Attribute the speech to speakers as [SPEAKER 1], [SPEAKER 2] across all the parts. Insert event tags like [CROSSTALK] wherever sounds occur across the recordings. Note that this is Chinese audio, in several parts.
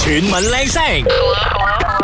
[SPEAKER 1] 全民靚聲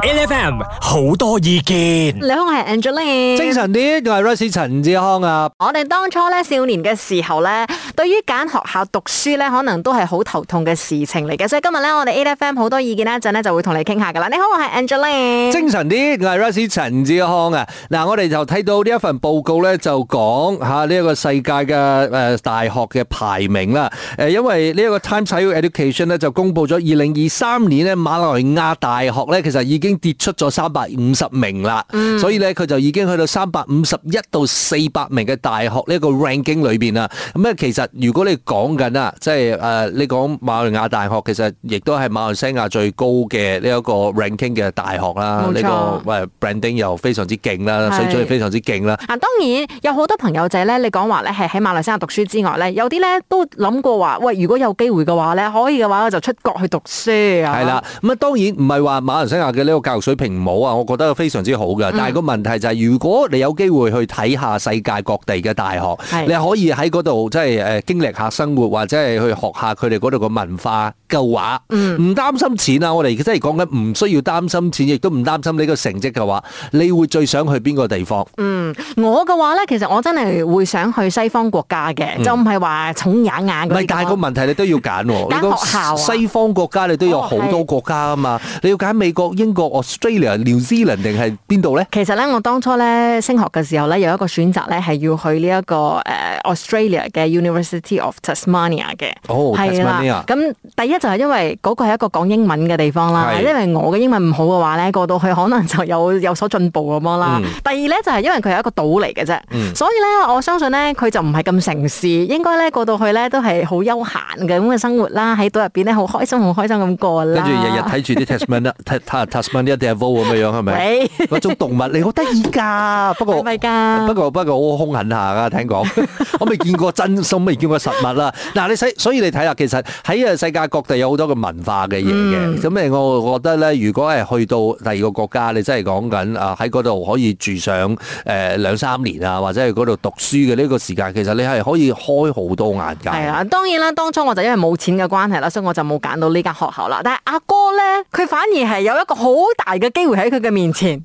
[SPEAKER 1] ，LFM 好多意見。
[SPEAKER 2] 你好，我係 Angeline。
[SPEAKER 3] 精神啲，我係 Royce 陳志康啊！
[SPEAKER 2] 我哋當初咧少年嘅時候咧，對於揀學校讀書咧，可能都係好頭痛嘅事情嚟嘅。所以今日咧，我哋 A F M 好多意見咧，一陣咧就會同你傾下噶啦。你好，我係 Angeline。
[SPEAKER 3] 精神啲，我係 Royce 陳志康啊！嗱，我哋就睇到呢一份報告咧，就講吓呢一個世界嘅誒大學嘅排名啦。誒，因為呢一個 Times Higher Education 咧就公布咗二零二三年咧馬來亞大學咧其實已經跌出咗三百五十名啦，所以咧佢就已經去到三百五十一到四百名嘅大學呢一個 ranking 裏邊啦。咁啊，其實如果你講緊啊，即係誒你講馬來亞大學其實亦都係馬來西亞最高嘅呢一個 ranking 嘅大學啦
[SPEAKER 2] 冇，錯
[SPEAKER 3] 啊呢個誒 branding 又非常之勁啦，
[SPEAKER 2] 係
[SPEAKER 3] 水準又非常之勁啦。
[SPEAKER 2] 嗱，啊當然有好多朋友仔咧，你講話咧係喺馬來西亞讀書之外咧，有啲咧都諗過話，喂，如果有機會嘅話咧，可以嘅話我就出國去讀書啊。
[SPEAKER 3] 係啦，咁啊當然唔係話馬來西亞嘅呢個教育水平唔好啊，我覺得非常之好
[SPEAKER 2] 嗯
[SPEAKER 3] 嘅。但係個問題就係，如果你有機會去睇下世界各地嘅大學，
[SPEAKER 2] 係
[SPEAKER 3] 你可以喺嗰度即係誒經歷下生活，或者係去學下佢哋嗰度嘅文化嘅話，
[SPEAKER 2] 嗯
[SPEAKER 3] 唔擔心錢啊！我哋即係講緊唔需要擔心錢，亦都唔擔心呢個成績嘅話，你會最想去邊個地方？
[SPEAKER 2] 嗯我嘅話咧，其實我真係會想去西方國家嘅，就唔係話重眼眼
[SPEAKER 3] 嗯唔
[SPEAKER 2] 嗰
[SPEAKER 3] 係，
[SPEAKER 2] 啲
[SPEAKER 3] 但係個
[SPEAKER 2] 咁啊
[SPEAKER 3] 問題你都要
[SPEAKER 2] [LAUGHS]
[SPEAKER 3] 揀喎。你
[SPEAKER 2] 揀
[SPEAKER 3] 講
[SPEAKER 2] 學校啊哦
[SPEAKER 3] 西方國家你都有好多國家啊嘛，你要揀美國、英國、Australia、New Zealand 定係邊度呢？
[SPEAKER 2] 其實咧，我當初咧升學嘅時候咧，有一個選擇咧係要去呢、一個誒、呃 Australia 嘅 University of Tasmania 嘅。
[SPEAKER 3] 哦
[SPEAKER 2] 係啦
[SPEAKER 3] Tasmania
[SPEAKER 2] 咁第一就係因為嗰個係一個講英文嘅地方啦，
[SPEAKER 3] 係
[SPEAKER 2] 因為我嘅英文唔好嘅話咧，過到去可能就有 [LAUGHS] 有所進步咁樣
[SPEAKER 3] 嗯
[SPEAKER 2] 啦。第二咧就係因為佢係一個島嚟嘅啫，所以咧我相信咧佢就唔係咁城市，應該咧過到去咧都係好悠閒嘅咁嘅生活啦，喺島入邊咧好開心好開心咁過
[SPEAKER 3] 跟
[SPEAKER 2] 啦。
[SPEAKER 3] 住日日睇住啲 Tasman 一 Tasman 一 Devil 咁樣樣係咪？
[SPEAKER 2] 喂
[SPEAKER 3] 嗰種動物你好得意㗎，不過
[SPEAKER 2] 係咪㗎
[SPEAKER 3] 不過不過好兇狠下㗎，
[SPEAKER 2] [LAUGHS]
[SPEAKER 3] 聽講我未見過真心，未見過實物啦。嗱，你睇所以你睇下，其實喺啊世界各地有好多嘅文化嘅嘢
[SPEAKER 2] 嗯
[SPEAKER 3] 嘅。咁誒、我覺得咧，如果係去到第二個國家，你真係講緊啊喺嗰度可以住上誒、呃、兩三年啊，或者係嗰度讀書嘅呢個時間，其實你係可以開好多眼界。
[SPEAKER 2] 係啊，當然啦，當初我就因為冇錢嘅關係啦，所以我就冇揀到呢間學校啦。但係阿哥咧，佢反而係有一個好大嘅機會喺佢嘅面前，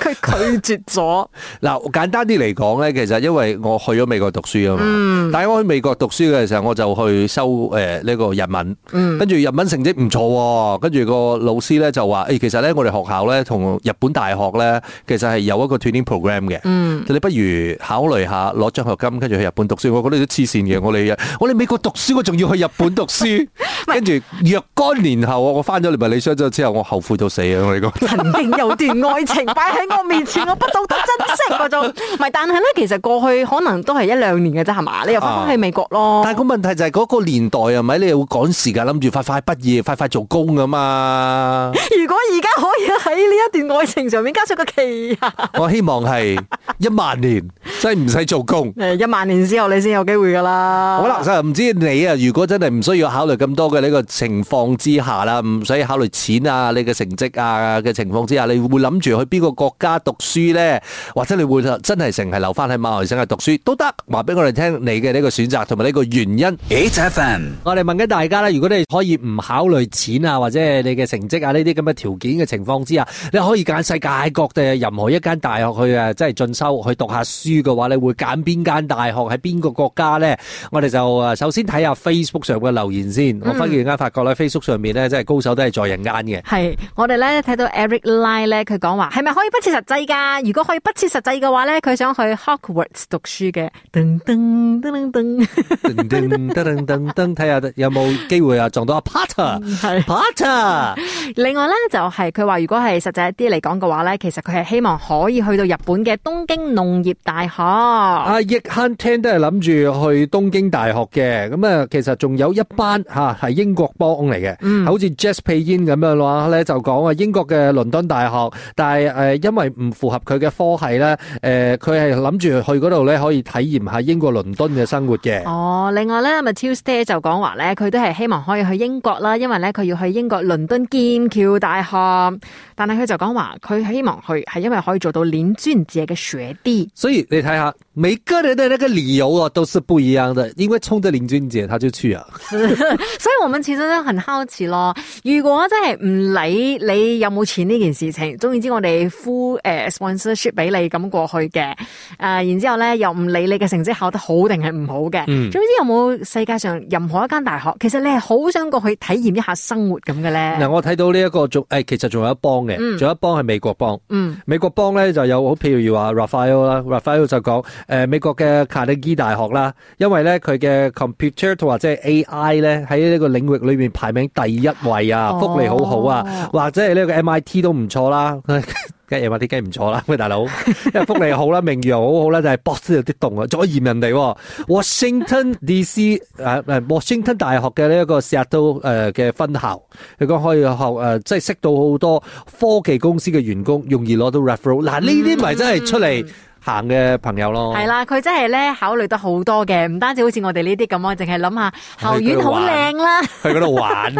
[SPEAKER 2] 佢拒絕咗。
[SPEAKER 3] 嗱，簡單啲嚟講咧，其實因為我去咗美國讀書啊嘛，但係我去美國讀書嘅時候，我就去修誒呢個日文，跟住日文成績唔錯喎，跟住個老師咧就話：，誒、其實咧我哋學校咧同日本大學咧，其實係有一個 training program 嘅，你不如考慮下攞獎學金，跟住去日本讀書。我覺得你都黐線嘅，我哋我哋美國讀書，我仲要去日本讀書，跟住若干年後，我翻咗嚟咪理想咗之後，我後悔到死啊！我哋講。
[SPEAKER 2] 曾經有段愛情擺喺我面前，我不懂得珍惜嗰種。唔係，但係咧，其實過去可能都係一兩年嘅啫，係嘛？你又翻返去美國
[SPEAKER 3] [LAUGHS]
[SPEAKER 2] 咯。
[SPEAKER 3] 但係個問題就係嗰個年代係咪？你又會趕時間，諗住快快畢業、快快做工噶嘛？
[SPEAKER 2] 如果而家可以喺呢一段愛情上面加上個期限，
[SPEAKER 3] 我希望係一萬年，真係唔使做工。
[SPEAKER 2] 誒一萬年之後你先有機會㗎啦。
[SPEAKER 3] 好啦，就唔知你啊，如果真係唔需要考慮咁多嘅呢個情況之下啦，唔使考慮錢啊、你嘅成績啊嘅情況之下，你會諗住去邊個國家讀書呢？或者你會真係成係留翻喺馬來西亞讀書都得？話俾我哋聽你嘅呢個選擇同埋呢個原因。
[SPEAKER 1] HFM
[SPEAKER 3] 我哋問緊大家啦，如果你可以唔考慮錢啊，或者係你嘅成績啊呢啲咁嘅條件嘅情況之下，你可以揀世界各地任何一間大學去啊，即係進修去讀下書嘅話，你會揀邊間大學喺邊個國家呢？我哋就啊首先睇下 Facebook 上嘅留言先。我忽然間發覺咧，Facebook 上面咧，真係高手都係在人
[SPEAKER 2] [LAUGHS]
[SPEAKER 3] 間嘅。
[SPEAKER 2] 係，我哋咧睇到 Eric Lie 咧，佢講話係咪可以不切實際噶？如果可以不切實際嘅話咧，佢想去 Hogwarts 讀書嘅。噔噔噔噔噔，
[SPEAKER 3] 噔噔噔噔噔，睇下有冇機會啊撞到阿 Potter。
[SPEAKER 2] 係。
[SPEAKER 3] Potter，
[SPEAKER 2] 另外咧就係佢話，如果係實際啲嚟講嘅話咧，其實佢係希望可以去到日本嘅東京農業大學。
[SPEAKER 3] 阿易慳聽都係諗住去東京大學嘅，咁啊，其實仲有一班嚇係英國幫嚟嘅，好似 Jess Payin 咁樣啦咧，就講啊英國嘅倫敦大學，但係誒、呃因為唔符合佢嘅科系咧，誒佢係諗住去嗰度咧可以體驗下英國倫敦嘅生活嘅。
[SPEAKER 2] 哦，另外咧 m a t h e w s t 就講話咧，佢都係希望可以去英國啦，因為咧佢要去英國倫敦劍橋大學，但係佢就講話佢希望去係因為可以做到連專自己嘅學啲。
[SPEAKER 3] 所以你睇下每个人的那个理由哦都是不一样的，因为冲着林俊杰他就去啊，
[SPEAKER 2] 所以我们始終都很好奇咯。如果真係唔理你有冇錢呢件事情，總言之我哋 full 誒 sponsorship 俾你咁過去嘅，誒、然之後咧又唔理你嘅成績考得好定係唔好嘅。總之有冇世界上任何一間大學，其實你係好想過去體驗一下生活咁嘅
[SPEAKER 3] 嗱，
[SPEAKER 2] 咧？
[SPEAKER 3] 我睇到呢、一個仲誒，其實仲有一幫嘅，仲、有一幫係美國幫。
[SPEAKER 2] 嗯，
[SPEAKER 3] 美國幫咧就有好譬如話 Raphael 啦，Raphael 就講誒、呃美國嘅卡內基大學啦，因為咧佢嘅 computer 或者係 AI 咧喺呢個領域裏面排名第一位啊，
[SPEAKER 2] 哦
[SPEAKER 3] 福利好好啊，或者係呢個 MIT 都唔錯啦。 [LAUGHS] 梗係 MIT 梗係唔錯啦，喂大佬，
[SPEAKER 2] [LAUGHS]
[SPEAKER 3] 因為福利好啦，名譽又好好啦，但係 boss 有啲凍啊，再嫌人哋喎。Washington D.C. 誒誒 Washington 大學嘅呢一個 Seattle 誒嘅分校，佢講可以學誒、呃即係識到好多科技公司嘅員工，容易攞到 referral。嗱呢啲咪真係出嚟行嘅朋友咯。
[SPEAKER 2] 係啦，佢真係咧考慮得好多嘅，唔單止好似我哋呢啲咁啊，淨係諗下校園好靚 [LAUGHS] 啦。
[SPEAKER 3] 去嗰度玩，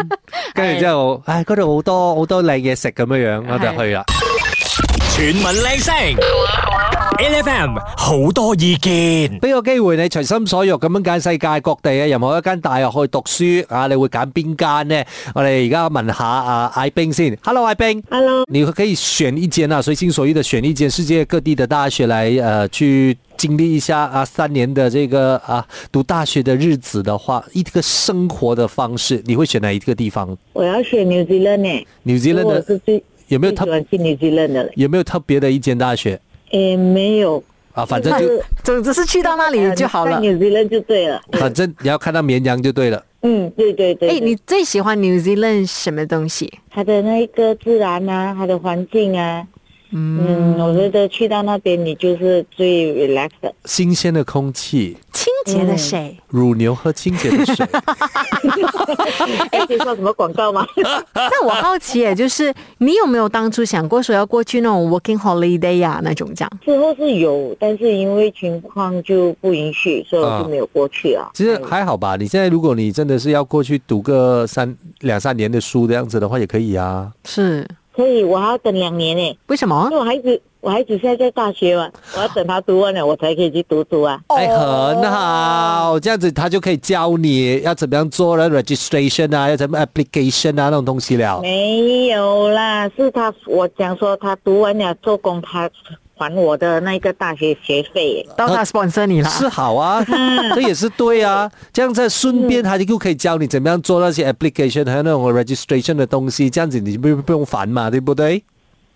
[SPEAKER 3] 跟住之後，唉，嗰度好多好多靚嘢食咁樣樣，我就去啦。
[SPEAKER 1] 全民靚聲，L F M 好多意見，
[SPEAKER 3] 俾個機會你隨心所欲咁樣揀世界各地啊嘅任何一間大學去讀書啊，你會揀邊間呢？我哋而家問下啊，艾冰先。Hello，艾冰。
[SPEAKER 4] Hello，
[SPEAKER 3] 你可以选一间啊，随心所欲的选一啊间世界各地的大学来，呃，去经历一下啊三年的这个啊读大学的日子的话，一个生活的方式，你会选哪一个地方
[SPEAKER 4] 我要选 New Zealand 呢、
[SPEAKER 3] ？New
[SPEAKER 4] 因为我
[SPEAKER 3] Zealand
[SPEAKER 4] 是
[SPEAKER 3] 的
[SPEAKER 4] 最
[SPEAKER 3] 有没有
[SPEAKER 4] 最
[SPEAKER 3] 特
[SPEAKER 4] 喜欢去 New Zealand 的嘞？
[SPEAKER 3] 有没有特别的一间大学
[SPEAKER 4] 诶，没有，
[SPEAKER 3] 啊？反正就
[SPEAKER 2] 總之是去到那裡就好了
[SPEAKER 4] 在。New Zealand 就 [LAUGHS] 对了。
[SPEAKER 3] 反正你要看到绵羊就对了。
[SPEAKER 4] 嗯，对对对
[SPEAKER 2] 哎、
[SPEAKER 4] 对
[SPEAKER 2] 你最喜歡 New Zealand 什麼東西？
[SPEAKER 4] 它的那一个自然啊，它的环境啊，嗯，我觉得去到那边你就是最 relax 的。
[SPEAKER 2] [LAUGHS]
[SPEAKER 3] 新鲜的空气，
[SPEAKER 2] 清潔的水。
[SPEAKER 3] 乳牛喝清洁的水。
[SPEAKER 4] 哎，介绍什么广告
[SPEAKER 2] [LAUGHS]
[SPEAKER 4] 吗？
[SPEAKER 2] 但我好奇耶，就是你有没有当初想过说要过去那种 working holiday 呀、那种这样？
[SPEAKER 4] 之后是有，但是因为情况就不允许，所以我就没有过去啊。
[SPEAKER 3] 其实还好吧，你现在如果你真的是要过去读个三两三年的书的样子的话，也可以啊。
[SPEAKER 2] 是
[SPEAKER 4] 所以我还要等两年呢，
[SPEAKER 2] 为什么
[SPEAKER 4] 因为？我孩子我孩子现在在大学嘛，我要等他读完了，我才可以去读书啊。
[SPEAKER 3] 哎，很好，这样子他就可以教你要怎么样做了 registration 啊，要怎么 application 啊那种东西了。
[SPEAKER 4] 没有啦，是他我讲说他读完了做工，他还我的那个大学学费。
[SPEAKER 2] 到他 sponsor 你啦？
[SPEAKER 3] 呃是好啊，这也是对啊。这样在顺便他就可以教你怎么样做那些 application 还有那种 registration 的东西，这样子你不不用烦嘛，对不对？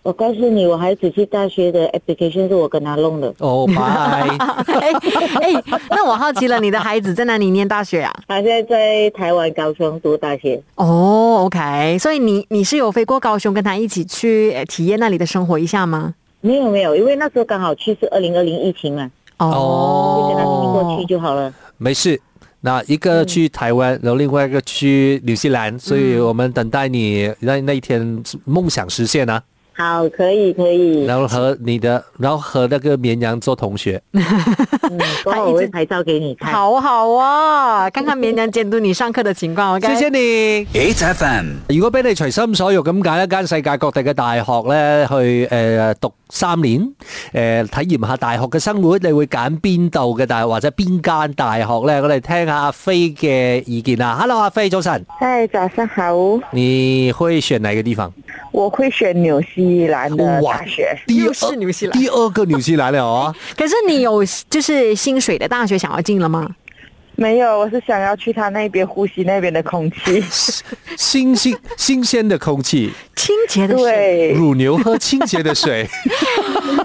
[SPEAKER 4] 我告诉你，我孩子去大学的 application 是我跟他弄的，
[SPEAKER 3] 哦，拜。
[SPEAKER 2] [LAUGHS] 哎哎、那我好奇了，你的孩子在哪里念大学啊？
[SPEAKER 4] 他现在在台湾高雄读大学。
[SPEAKER 2] 哦、o k 所以你你是有飞过高雄跟他一起去呃体验那里的生活一下吗？
[SPEAKER 4] 没有没有，因为那时候刚好去是二零二零疫情嘛，就跟他们
[SPEAKER 3] 哦
[SPEAKER 4] 过去就好了。
[SPEAKER 3] 没事。那一个去台湾，然后另外一个去纽西兰，所以我们等待你那那一天梦想实现啊！
[SPEAKER 4] 好，可以可以，
[SPEAKER 3] 然后和你的，然后和那个绵羊做同学，
[SPEAKER 4] 嗯，过后我会拍照给你看。
[SPEAKER 2] 好好啊，看看绵羊监督你上课的情况。OK，
[SPEAKER 3] 谢谢你。
[SPEAKER 1] ，H F M
[SPEAKER 3] 如果俾你隨心所欲咁揀一間世界各地嘅大學咧，去诶、呃、讀三年，诶、體驗下大學嘅生活，你會揀邊度嘅大學或者邊間大學咧？我哋聽下阿飛嘅意見啊。Hello，阿飛，早晨，
[SPEAKER 4] 嗨，早上好，
[SPEAKER 3] 你會選哪個地方？
[SPEAKER 4] 我会选纽西兰的大学。
[SPEAKER 3] 第
[SPEAKER 2] 又是
[SPEAKER 3] 二
[SPEAKER 2] 纽西兰
[SPEAKER 3] 第二个纽西兰了啊！
[SPEAKER 2] 可是你有就是薪水的大学想要进了吗？
[SPEAKER 4] 没有，我是想要去他那边呼吸那边的空气。
[SPEAKER 3] 新新新鲜的空气，
[SPEAKER 2] 清洁的水。
[SPEAKER 4] 对，
[SPEAKER 3] 乳牛喝清洁的水。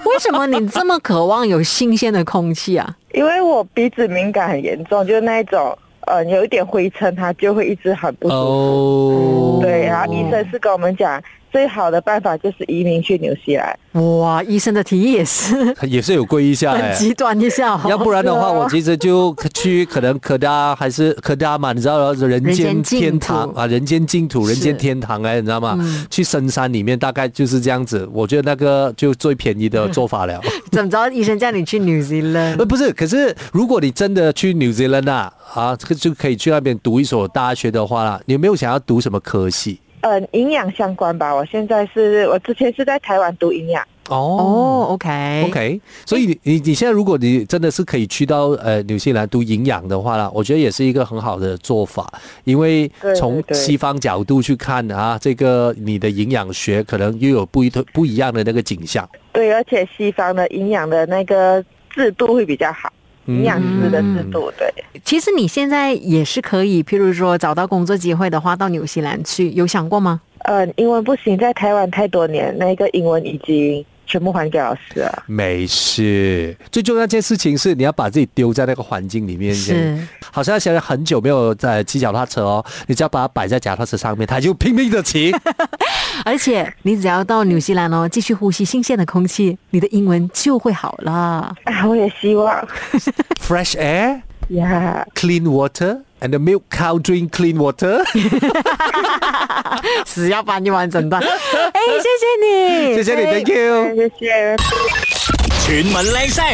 [SPEAKER 2] 为什么你这么渴望有新鲜的空气啊？
[SPEAKER 4] 因为我鼻子敏感很严重，就是那一种，呃，有一点灰尘，它就会一直很不舒服。
[SPEAKER 3] [LAUGHS] 哦，
[SPEAKER 4] 对，然后医生是跟我们讲，最好的办法就是移民去纽西兰。
[SPEAKER 2] 哇，医生的提议也是
[SPEAKER 3] 也是有跪一下
[SPEAKER 2] 很
[SPEAKER 3] 哎。
[SPEAKER 2] 极端一下、哦，
[SPEAKER 3] 要不然的话，我其实就去可能科大还是科大嘛，你知道人间
[SPEAKER 2] 人间净
[SPEAKER 3] 天堂
[SPEAKER 2] 土
[SPEAKER 3] 啊，人间净土，
[SPEAKER 2] 是
[SPEAKER 3] 人间天堂哎，你知道吗？去深山里面大概就是这样子，我觉得那个就最便宜的做 [LAUGHS] 法了。
[SPEAKER 2] 怎么着？医生叫你去 New
[SPEAKER 3] 呃，
[SPEAKER 2] Zealand，
[SPEAKER 3] 不是，可是如果你真的去 New Zealand 啊，啊，这个就可以去那边读一所大学的话啦，你有没有想要读什么科系？
[SPEAKER 4] 呃营养相关吧。我现在是我之前是在台湾读营养，
[SPEAKER 2] 哦，OK，
[SPEAKER 3] OK，所以你你你现在如果你真的是可以去到呃纽西兰读营养的话啦，我觉得也是一个很好的做法，因为
[SPEAKER 4] 对
[SPEAKER 3] 从
[SPEAKER 4] 对对
[SPEAKER 3] 西方角度去看啊，这个你的营养学可能又有不一不一样的那个景象。
[SPEAKER 4] 对，而且西方的营养的那个制度会比较好，
[SPEAKER 3] 嗯
[SPEAKER 4] 营养师的制度，对，
[SPEAKER 2] 其实你现在也是可以，譬如说找到工作机会的话，到纽西兰去，有想过吗？
[SPEAKER 4] 呃，英文不行，在台湾太多年，那个英文已经全部还给老师了。 [LAUGHS]
[SPEAKER 3] 没事，最重要一件事情是你要把自己丢在那个环境里面。
[SPEAKER 2] 是，
[SPEAKER 3] 好像现在很久没有在骑脚踏车哦，你只要把它摆在脚踏车上面，它就拼命的
[SPEAKER 4] [LAUGHS]
[SPEAKER 3] 骑。
[SPEAKER 2] 而且你只要到纽西兰哦，继续呼吸新鲜的空气，你的英文就会好
[SPEAKER 3] [LAUGHS]
[SPEAKER 2] 了。
[SPEAKER 4] 啊，我也希望
[SPEAKER 3] Fresh air,
[SPEAKER 4] 呀
[SPEAKER 3] clean water, and the milk cow drink clean
[SPEAKER 4] [LAUGHS]
[SPEAKER 3] water 。
[SPEAKER 2] 死要搬一完整段。 [LAUGHS] 哎，谢谢你，
[SPEAKER 3] 谢谢你
[SPEAKER 2] 哎
[SPEAKER 3] ，Thank you。
[SPEAKER 4] 谢谢。
[SPEAKER 1] 全民靚聲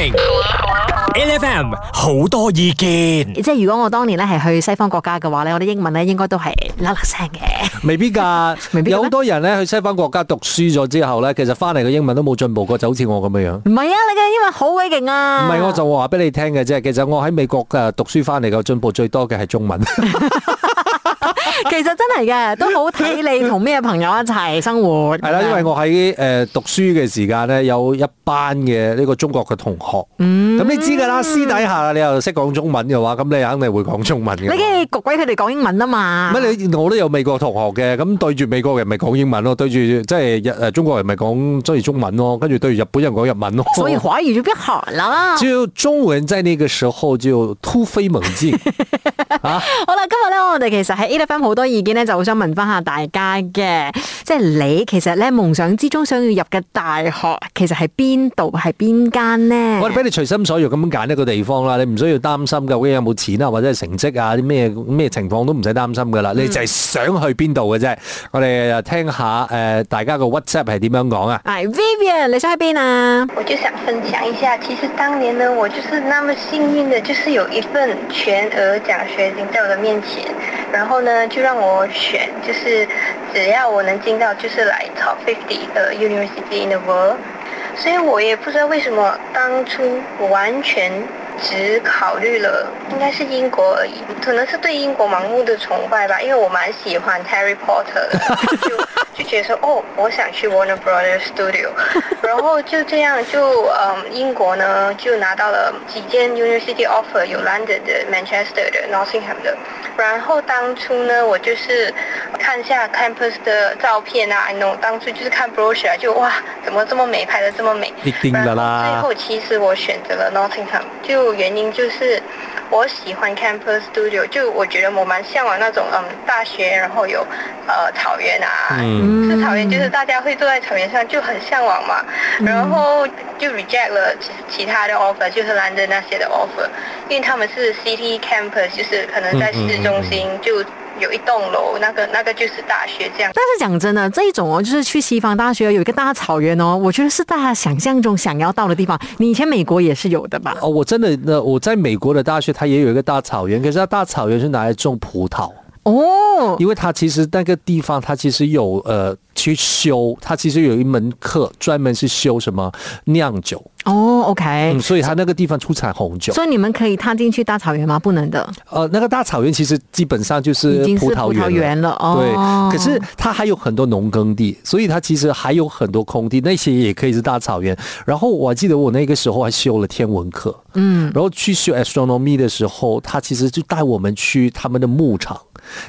[SPEAKER 1] ，LFM 好多意見，
[SPEAKER 2] 即係如果我當年咧係去西方國家嘅話咧，我啲英文咧應該都係啦啦聲嘅。
[SPEAKER 3] [LAUGHS] 未必㗎，
[SPEAKER 2] 未必嘅咩
[SPEAKER 3] 有好多人咧去西方國家讀書咗之後咧，其實翻嚟嘅英文都冇進步過，就好似我咁樣樣。
[SPEAKER 2] 唔係啊，你嘅英文好鬼勁
[SPEAKER 3] 唔
[SPEAKER 2] 啊！
[SPEAKER 3] 係，我就話俾你聽嘅啫。其實我喺美國嘅讀書翻嚟嘅進步最多嘅
[SPEAKER 2] [LAUGHS]
[SPEAKER 3] 係中文。
[SPEAKER 2] [LAUGHS] 其實真係嘅，都好睇你同咩朋友一齊生活。啊
[SPEAKER 3] 係啦，因為我喺誒、呃、讀書嘅時間咧，有一班嘅呢個中國嘅同學。咁、你知㗎啦，私底下你又識講中文嘅話，咁你肯定會講中文
[SPEAKER 2] 你
[SPEAKER 3] 嘅。
[SPEAKER 2] 嘅焗鬼佢哋講英文啊嘛。
[SPEAKER 3] 乜你我都有美國同學嘅，咁對住美國人咪講英文咯，對住即係日誒中國人咪講即係中文咯，跟住對住日本人講日文咯。
[SPEAKER 2] [LAUGHS] 所以華語就比較好啦。
[SPEAKER 3] 就中文在那个时候就突飞猛进，
[SPEAKER 2] [LAUGHS] 好啦，今日咧，我哋其實喺 A F M 好多意見咧，就好想問翻下大家嘅，即係你其實咧夢想之中想要入嘅大學，其實係邊度，係邊間呢？
[SPEAKER 3] 我哋俾你隨心所欲咁樣揀一個地方啦，你唔需要擔心究竟有冇錢啊，或者係成績啊，啲咩咩情況都唔使擔心噶啦，你就係想去邊度嘅啫。我哋啊聽下诶、呃大家個 WhatsApp 係點樣
[SPEAKER 2] [LAUGHS]
[SPEAKER 3] 講啊？
[SPEAKER 2] 哎，Vivian，你想喺邊啊？
[SPEAKER 5] 我就想分享一下，其实当年呢，我就是那么幸运的，就是有一份全额奖学金在我的面前，然后呢，就让我选，就是只要我能进到就是来 top fifty 的 university in the world，所以我也不知道为什么当初我完全只考虑了，应该是英国而已，可能是对英国盲目的崇拜吧，因为我蛮喜欢 Harry Potter 的，就就觉得说哦，我想去 Warner Brothers Studio，然后就这样就嗯，英国呢就拿到了几间 University offer，有 London 的、Manchester 的、Nottingham 的，然后当初呢我就是看一下 campus 的照片啊，n o 当初就是看 brochure 啊就哇，怎么这么美，拍的这么美，
[SPEAKER 3] 一定的啦
[SPEAKER 5] 然后最后其实我选择了 Nottingham，就原因就是我喜欢 Campus Studio，就我觉得我蛮向往那种嗯大学，然后有呃草原啊，
[SPEAKER 3] 嗯
[SPEAKER 5] 是草原就是大家会坐在草原上就很向往嘛，
[SPEAKER 3] 嗯
[SPEAKER 5] 然后就 reject 了其其他的 offer，就是 London 那些的 offer，因为他们是 city campus，就是可能在市中心
[SPEAKER 3] 嗯
[SPEAKER 5] 就有一栋楼，那个那个就是大学这样。
[SPEAKER 2] 但是讲真的，这一种哦，就是去西方大学有一个大草原哦，我觉得是大家想象中想要到的地方。你以前美国也是有的吧？
[SPEAKER 3] 哦，我真的，那我在美國的大學，它也有一個大草原，可是它大草原是拿來種葡萄。
[SPEAKER 2] 哦，
[SPEAKER 3] 因为它其实那个地方，它其实有呃去修，它其实有一门课专门是修什么酿酒，
[SPEAKER 2] 哦，OK，
[SPEAKER 3] 嗯，所以它那个地方出产红酒。
[SPEAKER 2] 所以你们可以踏进去大草原吗？不能的，
[SPEAKER 3] 呃，那个大草原其实基本上就是
[SPEAKER 2] 已经是
[SPEAKER 3] 呃葡萄
[SPEAKER 2] 葡
[SPEAKER 3] 园
[SPEAKER 2] 萄
[SPEAKER 3] 了。
[SPEAKER 2] 园了。哦，
[SPEAKER 3] 对，可是它还有很多农耕地，所以它其实还有很多空地，那些也可以是大草原。然后我记得我那个时候还修了天文课，嗯，然后去修 astronomy 的时候，他其实就带我们去他们的牧场。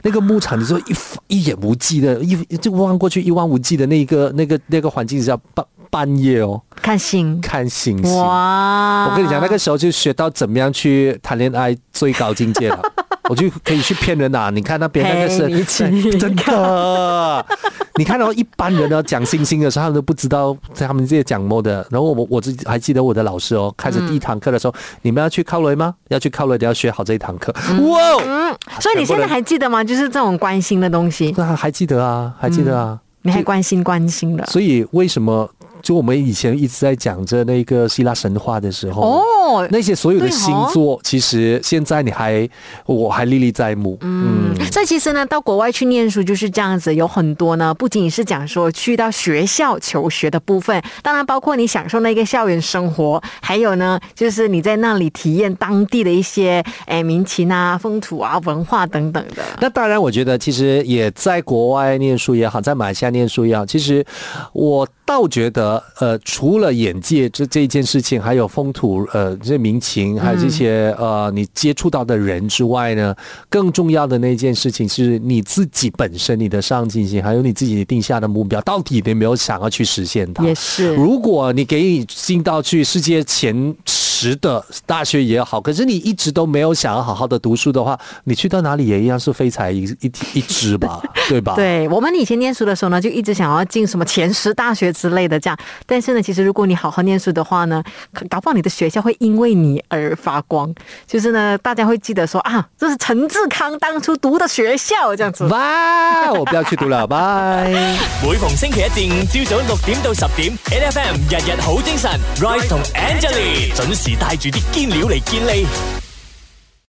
[SPEAKER 3] 那个牧场，你说一一眼无际的，一就望过去一望无际的那个、那个、那个环境之下，半半夜哦，
[SPEAKER 2] 看星，
[SPEAKER 3] 看星星。
[SPEAKER 2] 哇！
[SPEAKER 3] 我跟你讲，那个时候就学到怎么样去谈恋爱最高境界
[SPEAKER 2] 啊
[SPEAKER 3] 了。 [LAUGHS] 我就可以去骗人啦、你看那边那个
[SPEAKER 2] 陪你去
[SPEAKER 3] 是 [LAUGHS] 真的，你看到、哦一般人呢讲星星的时候，他们都不知道他们这些讲么的。然后我我自己还记得我的老师哦，开始第一堂课的时候，你们要去靠雷吗？要去靠雷，你要学好这一堂课。哇哦，
[SPEAKER 2] 嗯，所以你现在还记得吗？就是这种关心的东西，嗯
[SPEAKER 3] 那还记得啊，还记得啊。
[SPEAKER 2] 你还关心关心的。
[SPEAKER 3] 所以为什么就我们以前一直在讲着那个希腊神话的时候，
[SPEAKER 2] 哦
[SPEAKER 3] 那些所有的
[SPEAKER 2] 对哦
[SPEAKER 3] 星座，其实现在你还我还历历在目。
[SPEAKER 2] 嗯，所以其实呢，到国外去念书就是这样子，有很多呢，不仅仅是讲说去到学校求学的部分，当然包括你享受那个校园生活，还有呢，就是你在那里体验当地的一些诶民情啊、风土啊、文化等等的。
[SPEAKER 3] 那当然，我觉得其实也在国外念书也好，在马来西亚念书也好，其实我倒觉得，呃，除了眼界这这一件事情，还有风土，呃，这民情，还有这些、
[SPEAKER 2] 嗯
[SPEAKER 3] 呃，你接触到的人之外呢，更重要的那一件事情是你自己本身你的上进心，还有你自己定下的目标，到底你有没有想要去实现它？
[SPEAKER 2] 也是
[SPEAKER 3] 如果你给你进到去世界前十的大学也好，可是你一直都没有想要好好的读书的话，你去到哪里也一样是废柴一一一只吧，对吧？。
[SPEAKER 2] 对我们以前念书的时候呢，就一直想要进什么前十大学之类的这样。但是呢，其实如果你好好念书的话呢，可搞不好你的学校会因为你而发光。就是呢，大家会记得说啊，这是陈志康当初读的学校这样子。
[SPEAKER 3] 哇！我不要去读了，拜。
[SPEAKER 1] 每逢星期一至五朝早六點到十點，N F M 日日好精神，Rise 同 Angelie 準時帶住啲堅料嚟健利。